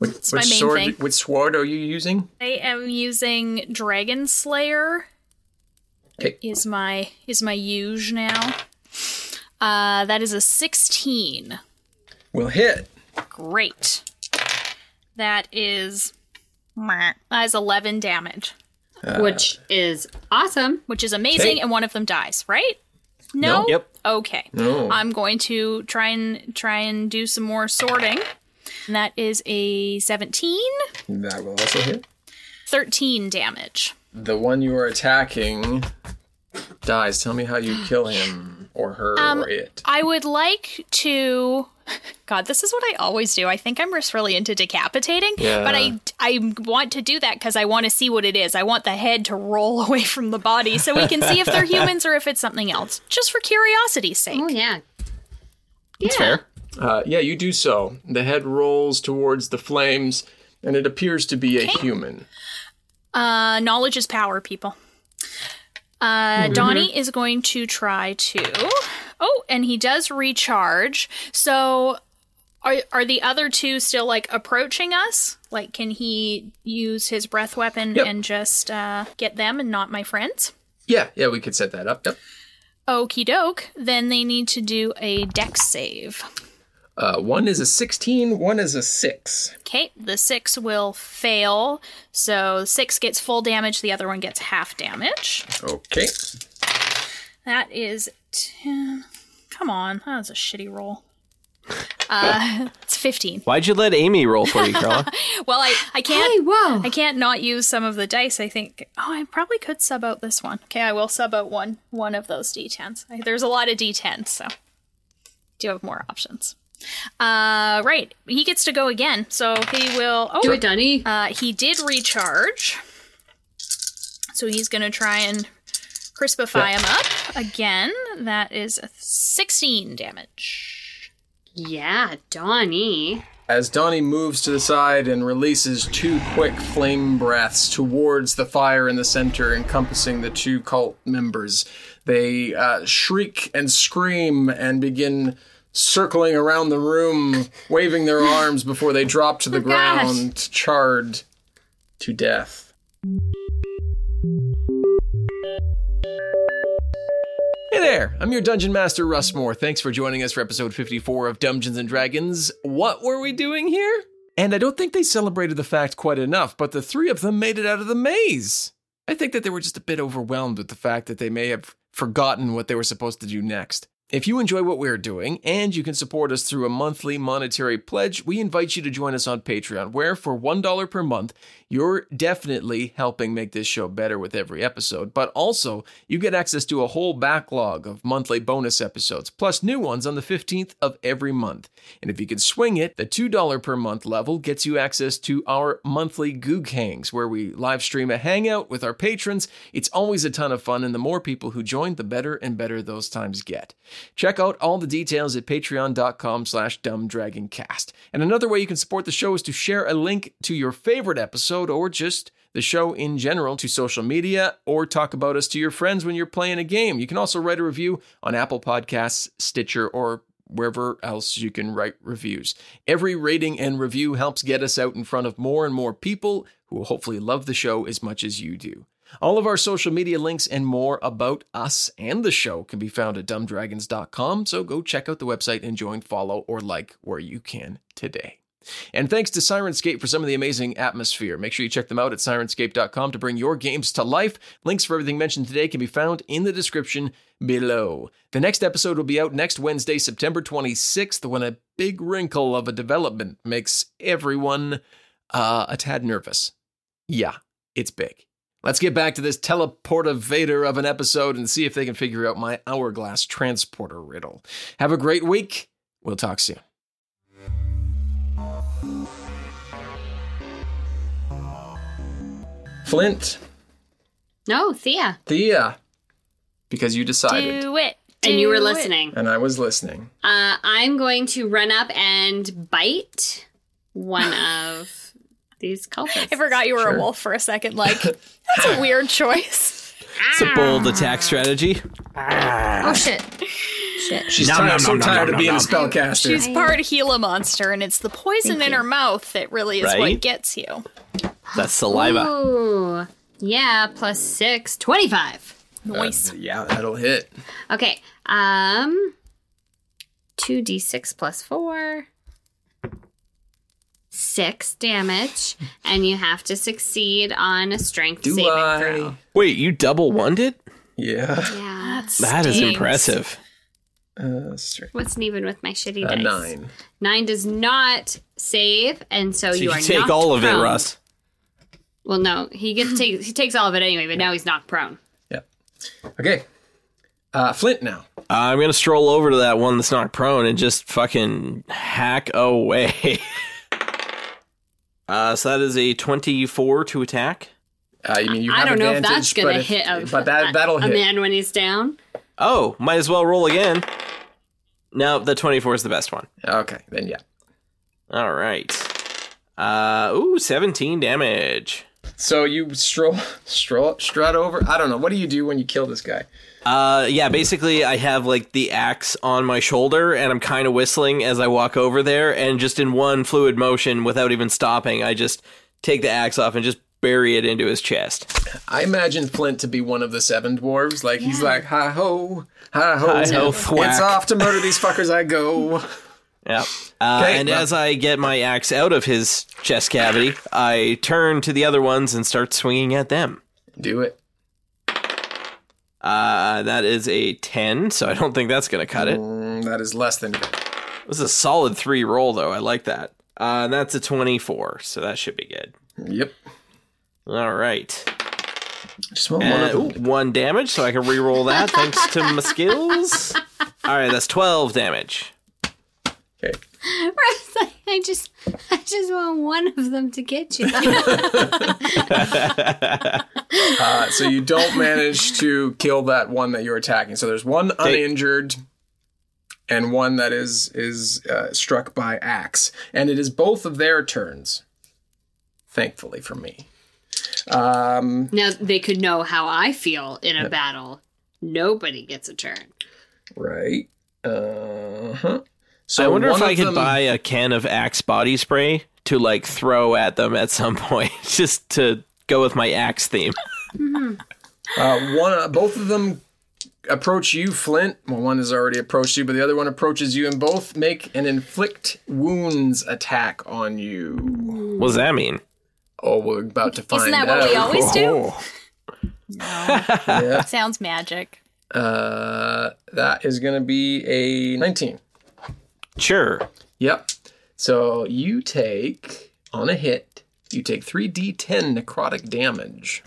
C: Which,
E: my
C: which
E: main
C: sword?
E: thing.
C: Which sword are you using?
E: I am using Dragon Slayer.
C: Okay.
E: Is my is my huge now? Uh, that is a sixteen.
C: Will hit.
E: Great. That is that is eleven damage,
B: Uh,
D: Which is awesome.
E: which is amazing.
C: Okay.
E: And one of them dies, right? No.
C: No.
B: Yep.
E: Okay.
C: No.
E: I'm going to try and try and do some more sorting. And that is a 17,
C: That will also hit.
E: 13 damage.
C: The one you are attacking dies. Tell me how you kill him or her or it.
E: I would like to. God, this is what I always do. I think I'm just really into decapitating,
C: Yeah.
E: but I I want to do that because I want to see what it is. I want the head to roll away from the body so we can see if they're humans or if it's something else, just for curiosity's sake.
D: Oh yeah.
B: That's fair.
C: Uh, yeah, you do so. The head rolls towards the flames, and it appears to be a human.
E: Uh, knowledge is power, people. Uh, Donnie is going to try to. Oh, and he does recharge. So, are are the other two still like approaching us? Like, can he use his breath weapon
C: Yep.
E: and just uh, get them and not my friends?
C: Yeah, yeah, we could set that up. Yep.
E: Okie doke. Then they need to do a dex save.
C: Uh, one is a 16, one is a 6.
E: Okay, the six will fail. So six gets full damage. The other one gets half damage.
C: Okay.
E: That is. Ten. Come on. That was a shitty roll. Uh, it's 15.
B: Why'd you let Amy roll for you, Carla?
E: Well, I, I
D: Hey,
E: can't.
D: whoa.
E: I can't not use some of the dice. I think. Oh, I probably could sub out this one. Okay, I will sub out one one of those d10s. I- There's a lot of d10s, so do have more options. Uh, right. He gets to go again, so he will. Oh,
D: Do it, Dunny.
E: uh, he did recharge. So he's going to try and crispify him up again. That is a 16 damage.
D: Yeah, Donnie.
C: As Donnie moves to the side and releases two quick flame breaths towards the fire in the center, encompassing the two cult members, they uh, shriek and scream and begin circling around the room, waving their arms before they drop to the
D: gosh.
C: ground, charred to death. Hey there, I'm your Dungeon Master, Russ Moore. Thanks for joining us for episode 54 of Dungeons and Dragons. What were we doing here? And I don't think they celebrated the fact quite enough, but the three of them made it out of the maze. I think that they were just a bit overwhelmed with the fact that they may have forgotten what they were supposed to do next. If you enjoy what we're doing and you can support us through a monthly monetary pledge, we invite you to join us on Patreon, where for $1 per month, you're definitely helping make this show better with every episode, but also you get access to a whole backlog of monthly bonus episodes, plus new ones on the 15th of every month. And if you can swing it, the $2 per month level gets you access to our monthly Goog Hangs, where we live stream a hangout with our patrons. It's always a ton of fun, and the more people who join, the better and better those times get. Check out all the details at patreon.com slash dumbdragoncast. And another way you can support the show is to share a link to your favorite episode or just the show in general to social media or talk about us to your friends when you're playing a game. You can also write a review on Apple Podcasts, Stitcher, or wherever else you can write reviews. Every rating and review helps get us out in front of more and more people who will hopefully love the show as much as you do. All of our social media links and more about us and the show can be found at dumbdragons.com, so go check out the website and join, follow, or like where you can today. And thanks to Sirenscape for some of the amazing atmosphere. Make sure you check them out at sirenscape.com to bring your games to life. Links for everything mentioned today can be found in the description below. The next episode will be out next Wednesday, September 26th, when a big wrinkle of a development makes everyone uh, a tad nervous. Yeah, it's big. Let's get back to this teleportivator of an episode and see if they can figure out my hourglass transporter riddle. Have a great week. We'll talk soon. Flint,
D: No, Thea.
C: Thea, because you decided,
E: Do it.
D: And you were
E: Do it.
D: listening.
C: and I was listening.
D: Uh, I'm going to run up and bite one of these culprits.
E: I forgot you were
C: Sure.
E: a wolf for a second. Like, that's a weird choice.
B: It's a bold attack strategy.
E: Oh, shit.
C: She's tired, so tired of being a spellcaster.
E: She's part Gila monster, and it's the poison in her mouth that really is
B: Right?
E: what gets you.
B: That's saliva.
D: Ooh. Yeah, plus six. 25.
E: Noise.
C: yeah, that'll hit.
D: Okay. Um 2d6 plus 4 6 damage and you have to succeed on a strength
C: Do
D: saving
C: I?
D: throw.
B: Wait, you double wonded?
C: Yeah.
D: Yeah.
B: That is
E: Stings.
B: impressive.
C: Uh, strength.
D: What's an even with my shitty
C: A
D: dice?
C: Uh, nine.
D: 9 does not save and so,
B: So you,
D: are
B: take
D: knocked
B: all of it,
D: prone.
B: Russ.
D: Well, no, he gets to take he takes all of it anyway, but now he's knocked prone.
C: Yep. Okay. Uh, Flint now.
B: I'm gonna stroll over to that one that's not prone and just fucking hack away. uh, so that is a 24 to attack.
C: Uh, you mean you
D: I
C: have
D: don't know if
C: advantage,
D: that's going
C: but
D: to
C: if-
D: hit a,
C: but that that'll
D: a
C: hit.
D: man when he's down.
B: Oh, might as well roll again. No, the 24 is the best one.
C: Okay, then yeah.
B: All right. Uh, ooh, 17 damage.
C: So you stroll, stroll, strut over. I don't know. What do you do when you kill this guy?
B: Uh, yeah, basically, I have like the axe on my shoulder, and I'm kind of whistling as I walk over there, and just in one fluid motion, without even stopping, I just take the axe off and just bury it into his chest.
C: I imagine Flint to be one of the seven dwarves. Like he's like, hi ho, hi ho,
B: Hi-ho,
C: it's
B: thwack."
C: off to murder these fuckers. I go.
B: Yeah. Uh,
C: Okay,
B: and
C: well-
B: as I get my axe out of his chest cavity, I turn to the other ones and start swinging at them.
C: Do it.
B: Uh, that is a 10, so I don't think that's going to cut it.
C: Mm, that is less than. good.
B: This is a solid three roll, though. I like that. Uh, and that's a 24, so that should be good.
C: Yep.
B: All right.
C: Just want one
B: Uh,
C: of
B: ooh,
C: them.
B: one damage, so I can re-roll that thanks to my skills. All right, that's 12 damage.
C: Okay.
D: It's like, I just, I just want one of them to get you.
C: Uh, so you don't manage to kill that one that you're attacking. So there's one uninjured and one that is is uh, struck by axe, and it is both of their turns. Thankfully for me. Um,
D: now they could know how I feel in a battle. Nobody gets a turn.
C: right. Uh huh. So
B: I wonder if
C: one
B: I
C: of
B: could
C: them-
B: buy a can of Axe body spray to like throw at them at some point, just to go with my Axe theme.
C: Uh, one, uh, both of them approach you, Flint. Well, one has already approached you, but the other one approaches you, and both make an inflict wounds attack on you.
B: What does that mean?
C: Oh, we're about to find out.
E: Isn't that what we always do?
C: Oh.
E: Sounds magic.
C: Uh, that is going to be a 19.
B: Sure.
C: Yep. So you take on a hit. You take 3d10 necrotic damage.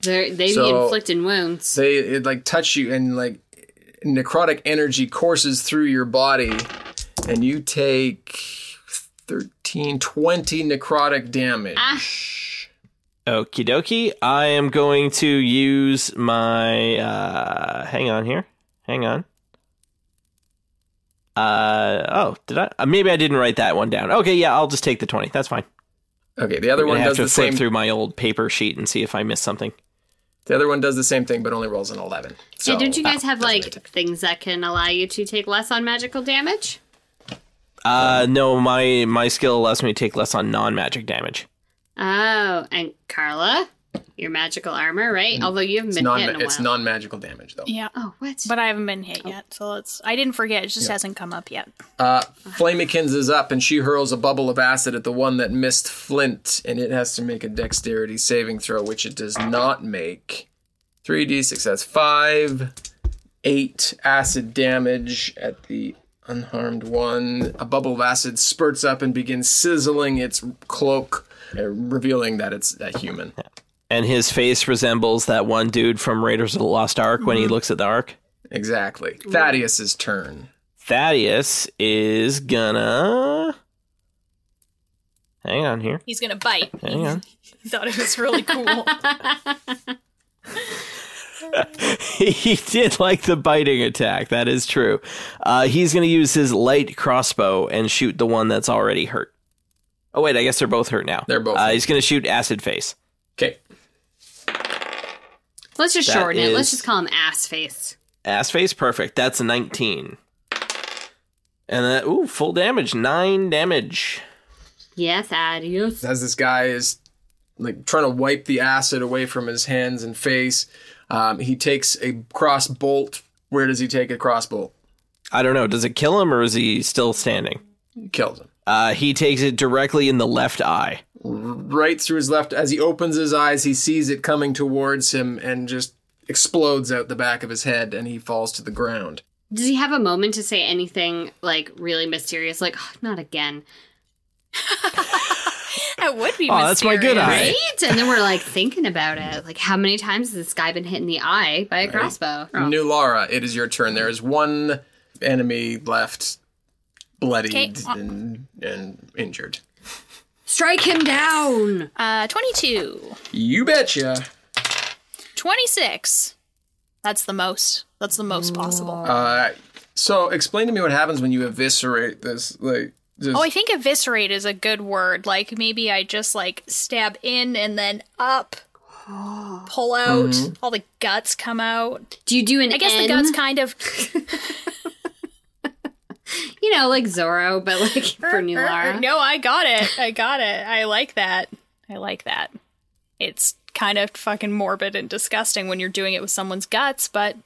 D: They're, they
C: So-
D: be inflicting wounds.
C: They it like touch you and like necrotic energy courses through your body and you take 13 20 necrotic damage.
D: Ah.
B: Okie dokie. I am going to use my. Uh, hang on here. Hang on. Uh oh, did I? Uh, maybe I didn't write that one down. Okay, yeah, I'll just take the twenty. That's fine.
C: Okay, the other
B: I'm
C: one
B: gonna
C: does
B: have to
C: the
B: flip
C: same
B: through my old paper sheet and see if I missed something.
C: The other one does the same thing but only rolls an 11. So
D: yeah, don't you guys
C: ah,
D: have
C: doesn't
D: like
C: matter.
D: things that can allow you to take less on magical damage?
B: Uh, no, my my skill allows me to take less on non magic damage.
D: Oh, and Carla, your magical armor, right? Although you haven't
C: it's
D: been
C: non
D: hit in a
C: it's
D: while.
C: non-magical damage though.
E: Yeah.
D: oh, what?
E: But I haven't been hit yet, so it's I didn't forget. It just hasn't come up yet.
C: Uh, Flamekins is up, and she hurls a bubble of acid at the one that missed Flint, and it has to make a dexterity saving throw, which it does not make. 3d6, that's 5, 8 acid damage at the unharmed one. A bubble of acid spurts up and begins sizzling its cloak, uh, revealing that it's a human.
B: And his face resembles that one dude from Raiders of the Lost Ark when
C: Mm-hmm.
B: he looks at the Ark.
C: Exactly. Thaddeus's turn.
B: Thaddeus is gonna. Hang on here.
E: He's gonna bite.
B: Hang on.
E: He thought it was really cool.
B: he did like the biting attack. That is true. Uh, he's going to use his light crossbow and shoot the one that's already hurt. Oh wait, I guess they're both hurt now.
C: They're both
B: Uh,
C: hurt.
B: he's going to shoot acid face.
C: Okay.
D: Let's just
B: That
D: shorten it. Let's
B: is-
D: just call him ass face.
B: Ass face, perfect. That's a nineteen. And that ooh, full damage, nine damage.
D: Yes, adios.
C: as this guy is like trying to wipe the acid away from his hands and face. Um, he takes a cross bolt. Where does he take a cross bolt?
B: I don't know. Does it kill him or is he still standing?
C: Kills him
B: Uh, he takes it directly in the left eye.
C: right through his left. As he opens his eyes, he sees it coming towards him and just explodes out the back of his head, and he falls to the ground.
D: Does he have a moment to say anything like really mysterious? Like, oh, not again.
E: that would be.
B: Oh, that's my good eye.
E: mysterious.
D: Right? And then we're like thinking about it. Like, how many times has this guy been hit in the eye by a crossbow? Oh.
C: New Lara, it is your turn. There is one enemy left, bloodied
E: Okay.
C: and, and injured.
D: Strike him down.
E: Uh, 22.
C: You betcha.
E: 26. That's the most. That's the most possible.
C: Uh, so explain to me what happens when you eviscerate this, like just
E: Oh, I think eviscerate is a good word. Like maybe I just like stab in and then up, pull out,
B: Mm-hmm.
E: all the guts come out.
D: Do you do an
E: I guess the
D: N?
E: guts kind of
D: you know, like Zorro, but like for New Lara.
E: No, I got it. I got it. I like that. I like that. It's kind of fucking morbid and disgusting when you're doing it with someone's guts, but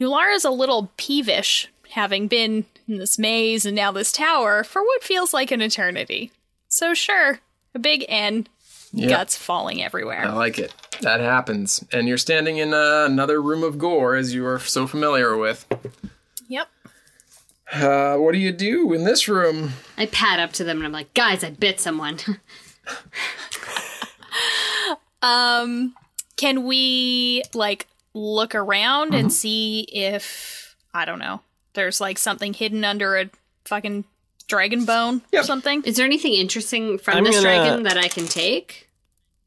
E: Nulara's a little peevish having been in this maze and now this tower for what feels like an eternity. So sure, a big N,
C: Yeah. Oh.
E: guts falling everywhere.
C: I like it. That happens. And you're standing in uh, another room of gore, as you are so familiar with.
E: Yep.
C: Uh, what do you do in this room?
D: I pat up to them and I'm like, guys, I bit someone.
E: Um can we like look around and see if I don't know, there's like something hidden under a fucking dragon bone
C: Yeah.
E: or something.
D: Is there anything interesting from
B: I'm
D: this
B: gonna-
D: dragon that I can take?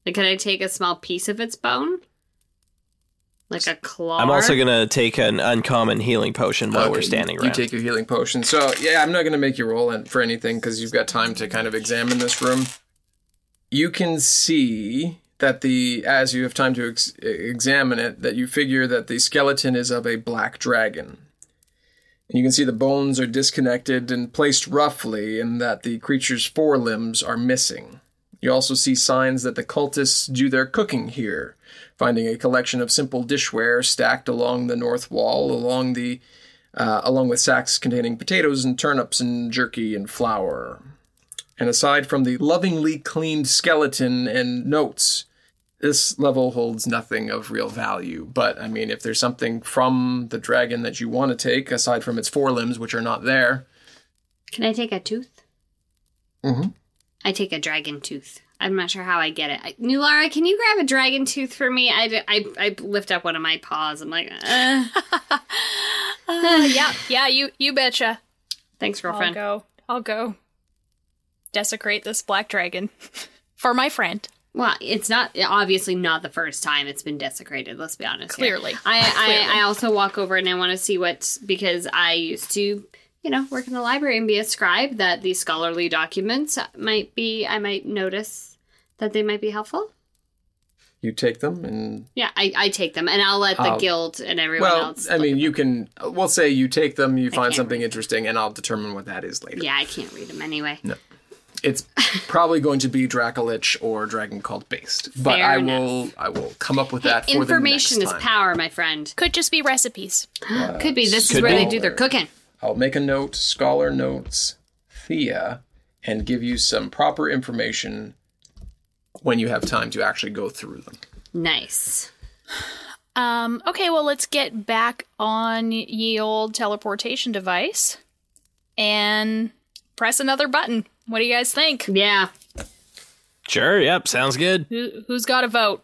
D: Like, can I take a small piece of its bone? Like a claw?
B: I'm also gonna take an uncommon healing potion while we're
C: Okay,
B: standing
C: you,
B: around.
C: You take your healing potion. So yeah, I'm not going to make you roll in- for anything because you've got time to kind of examine this room. You can see that the as you have time to ex- e-, examine it, that you figure that the skeleton is of a black dragon. And you can see the bones are disconnected and placed roughly, and that the creature's forelimbs are missing. You also see signs that the cultists do their cooking here, finding a collection of simple dishware stacked along the north wall, along the uh, along with sacks containing potatoes and turnips and jerky and flour. And aside from the lovingly cleaned skeleton and notes, this level holds nothing of real value. But I mean, if there's something from the dragon that you want to take, aside from its forelimbs, which are not there,
D: Can I take a tooth?
C: Mhm.
D: I take a dragon tooth. I'm not sure how I get it. I, New Lara, can you grab a dragon tooth for me? I, d- I- I lift up one of my paws. I'm like, uh,
E: Uh, yeah, yeah, you you betcha.
D: thanks,
E: I'll
D: girlfriend.
E: go. I'll go. Desecrate this black dragon for my friend.
D: Well, it's not obviously not the first time it's been desecrated. Let's be honest. here.
E: Clearly.
D: I, I I also walk over and I want to see what's because I used to, you know, work in the library and be a scribe. That these scholarly documents might be, I might notice that they might be helpful.
C: you take them and
D: Yeah, I, I take them and I'll let the
C: Oh.
D: guild and everyone
C: well, uh,
D: else.
C: I mean, you can. We'll say you take them, you find
D: can't
C: something interesting, and I'll determine what that is later.
D: yeah, I can't read them anyway.
C: It's probably going to be Dracolich or Dragon Cult based, but
D: Fair
C: I
D: enough.
C: will. I will come up with that. for
D: Information
C: the
D: is
C: next time. Uh,
D: power, my friend.
E: Could just be recipes.
D: could be this is
B: could
D: where
B: be.
D: they do their cooking.
C: I'll make a note, scholar notes, Thea, and give you some proper information when you have time to actually go through them.
D: Nice.
E: Um, okay, well, let's get back on ye old teleportation device and press another button. What do you guys think?
D: Yeah.
B: Sure. Yep. Sounds good.
E: Who, who's got a vote?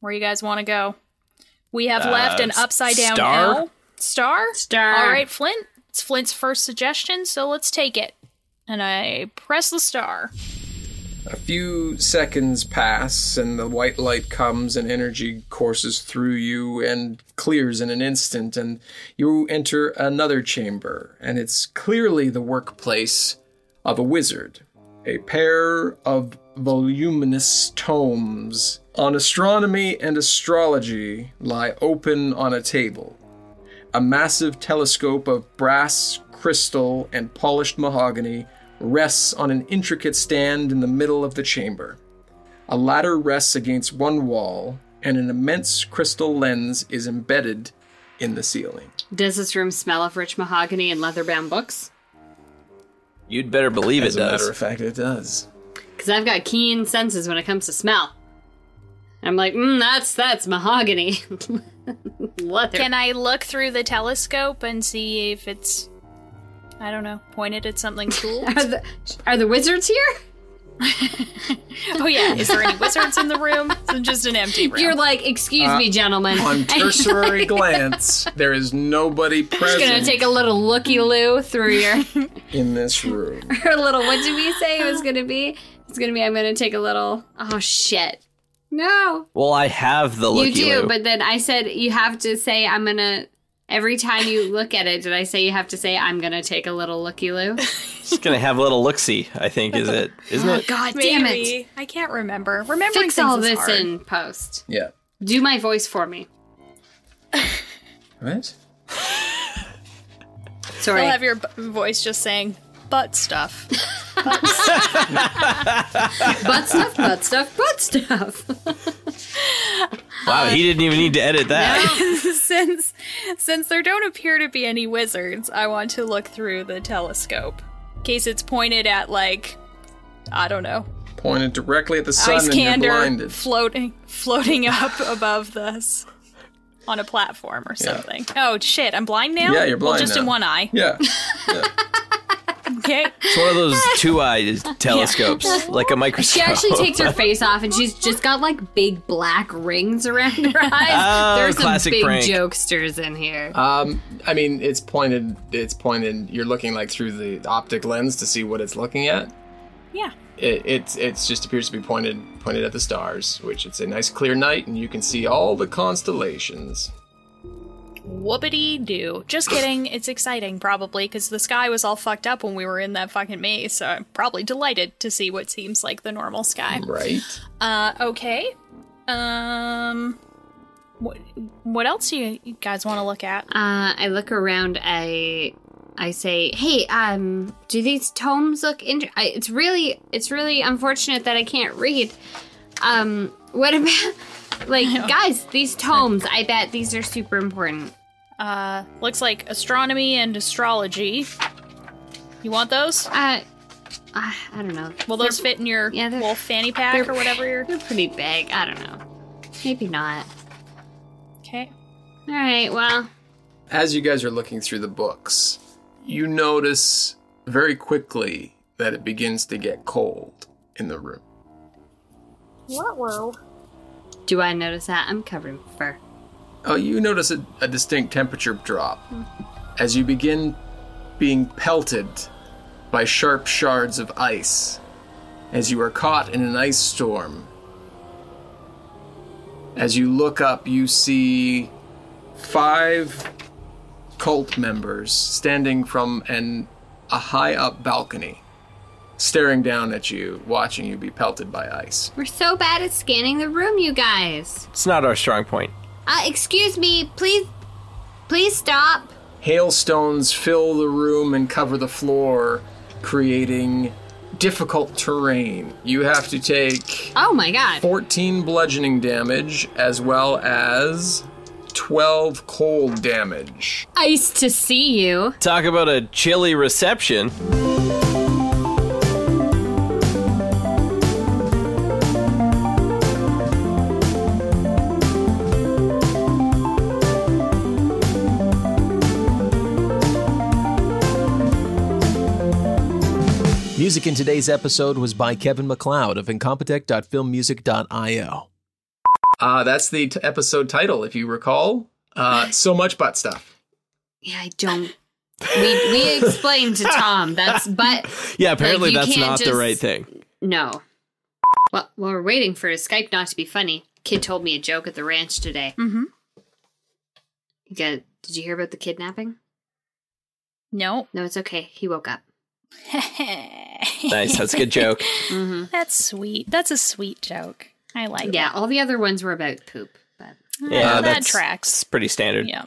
E: Where you guys want to go? We have
B: Uh,
E: left an upside down
B: star?
E: L. Star?
D: Star.
E: All right, Flint. It's Flint's first suggestion, so let's take it. And I press the star.
C: A few seconds pass, and the white light comes, and energy courses through you and clears in an instant, and you enter another chamber, and it's clearly the workplace of a wizard. A pair of voluminous tomes on astronomy and astrology lie open on a table. A massive telescope of brass, crystal, and polished mahogany rests on an intricate stand in the middle of the chamber. A ladder rests against one wall, and an immense crystal lens is embedded in the ceiling.
D: Does this room smell of rich mahogany and leather-bound books?
B: You'd better believe
C: As
B: it
C: a matter
B: does.
C: of fact, it does.
D: Because I've got keen senses when it comes to smell. I'm like, mm, that's that's mahogany. Leather.
E: Can I look through the telescope and see if it's, I don't know, pointed at something cool?
D: are, the, are the wizards here?
E: Oh yeah, is there any wizards in the room? It's just an empty room.
D: You're like, excuse me, gentlemen.
C: On cursory glance, there is nobody
D: I'm just
C: present
D: gonna take a little looky loo through your
C: in this room.
D: her little. What did we say it was gonna be? It's gonna be. I'm gonna take a little. Oh shit. No,
B: Well, I have the looky
D: you do. But then I said you have to say I'm gonna. Every time you look at it, did I say you have to say I'm gonna take a little looky loo?
B: just gonna have a little look see. I think is it, isn't it?
D: God
E: Maybe.
D: damn it!
E: I can't remember. Remembering
D: Fix
E: things
D: all
E: is
D: this
E: hard.
D: in post.
C: Yeah.
D: Do my voice for me.
C: Right?
D: Sorry.
E: You'll have your b- voice just saying butt stuff.
D: butt stuff, butt stuff, butt stuff.
B: Wow, he didn't even need to edit that.
E: since since there don't appear to be any wizards, I want to look through the telescope. In case it's pointed at like I don't know.
C: Pointed directly at the sun
E: ice
C: and you're
E: candor
C: blinded.
E: floating floating up above us on a platform or something. Oh shit, I'm blind now?
C: Yeah, you're blind
E: Well just in
C: now.
E: one eye.
C: Yeah.
E: Okay.
B: It's one of those two-eyed telescopes, like a microscope.
D: She actually takes her face off and she's just got like big black rings around her eyes.
B: Oh,
D: There's some
B: classic
D: big
B: prank. Uh,
D: jokesters in here.
C: Um, I mean, it's pointed. It's pointed. You're looking like through the optic lens to see what it's looking at.
E: Yeah.
C: It it's it's just appears to be pointed pointed at the stars, which it's a nice clear night, and you can see all the constellations.
E: Whoopity doo. Just kidding. It's exciting, probably, because the sky was all fucked up when we were in that fucking maze, so I'm probably delighted to see what seems like the normal sky.
C: Right.
E: Uh, okay. Um, what, what else do you you guys want to look at?
D: Uh, I look around. I I say, "Hey, um, do these tomes look inter- I, It's really, it's really unfortunate that I can't read. Um, what about, like, guys? These tomes. I bet these are super important.
E: Uh, looks like astronomy and astrology. You want those?
D: Uh, I, I don't know.
E: Will those fit in your
D: yeah, they're-
E: little fanny pack or whatever you're?
D: They're pretty big. I don't know. Maybe not.
E: Okay.
D: All right. Well,
C: As you guys are looking through the books, you notice very quickly that it begins to get cold in the room.
D: do I notice that I'm covered in fur?
C: Oh, you notice a, a distinct temperature drop as you begin being pelted by sharp shards of ice as you are caught in an ice storm. As you look up, you see five cult members standing from an, a high up balcony, staring down at you, watching you be pelted by ice.
D: We're so bad at scanning the room, you guys.
B: It's not our strong point.
D: Uh, excuse me, please, please stop."
C: Hailstones fill the room and cover the floor, creating difficult terrain. You have to take
D: Oh my god.
C: 14 bludgeoning damage as well as 12 cold damage.
D: Ice to see you.
B: Talk about a chilly reception.
F: Music in today's episode was by Kevin McLeod of incompetech.filmmusic.io.
C: Uh, that's the t- episode title, if you recall. Uh, so much butt stuff.
D: Yeah, I don't. We, we explained to Tom. That's but
B: Yeah, apparently
D: you
B: that's
D: can't
B: not the
D: just-
B: right thing.
D: no. Well, while we're waiting for his Skype not to be funny, kid told me a joke at the ranch today.
E: Mm-hmm.
D: You got- did you hear about the kidnapping?
E: No.
D: No, it's okay. He woke up.
B: Nice, that's a good joke.
D: hmm
E: That's sweet. That's a sweet joke. I like.
D: Yeah,
E: that.
D: all the other ones were about poop, but
B: Yeah,
E: that
B: that's-
E: tracks.
B: It's pretty standard.
E: Yeah.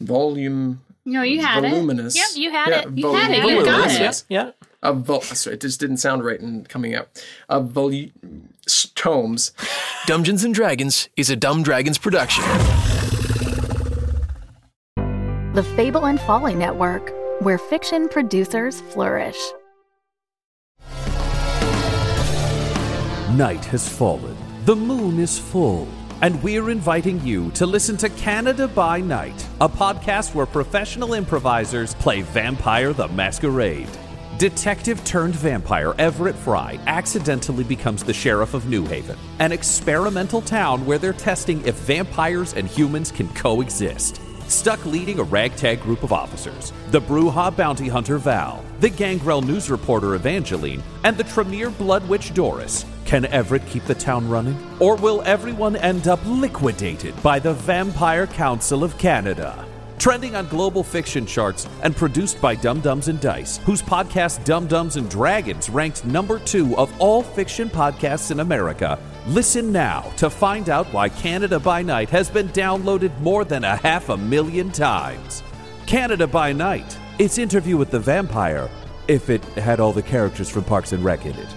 C: Volume
D: no, you had it.
C: voluminous.
E: Yep, you had it. You
C: vol-
E: had it. You
D: Voluminous,
E: got
B: Yeah, yeah.
E: it.
C: A vol- sorry, it just didn't sound right in coming out. A volu- s- tomes.
F: Dungeons and Dragons is a Dumb Dragons production.
A: The Fable and Folly Network, where fiction producers flourish.
G: Night has fallen, the moon is full, and we're inviting you to listen to Canada by Night, a podcast where professional improvisers play Vampire the Masquerade. Detective turned vampire Everett Fry accidentally becomes the sheriff of New Haven, an experimental town where they're testing if vampires and humans can coexist stuck leading a ragtag group of officers the Bruja bounty hunter Val, the Gangrel news reporter Evangeline, and the Tremere blood witch Doris. Can Everett keep the town running? Or will everyone end up liquidated by the Vampire Council of Canada? Trending on global fiction charts and produced by Dum Dums and Dice, whose podcast Dum Dums and Dragons ranked number two of all fiction podcasts in America. Listen now to find out why Canada by Night has been downloaded more than a half a million times. Canada by Night, its interview with the vampire, if it had all the characters from Parks and Rec in it.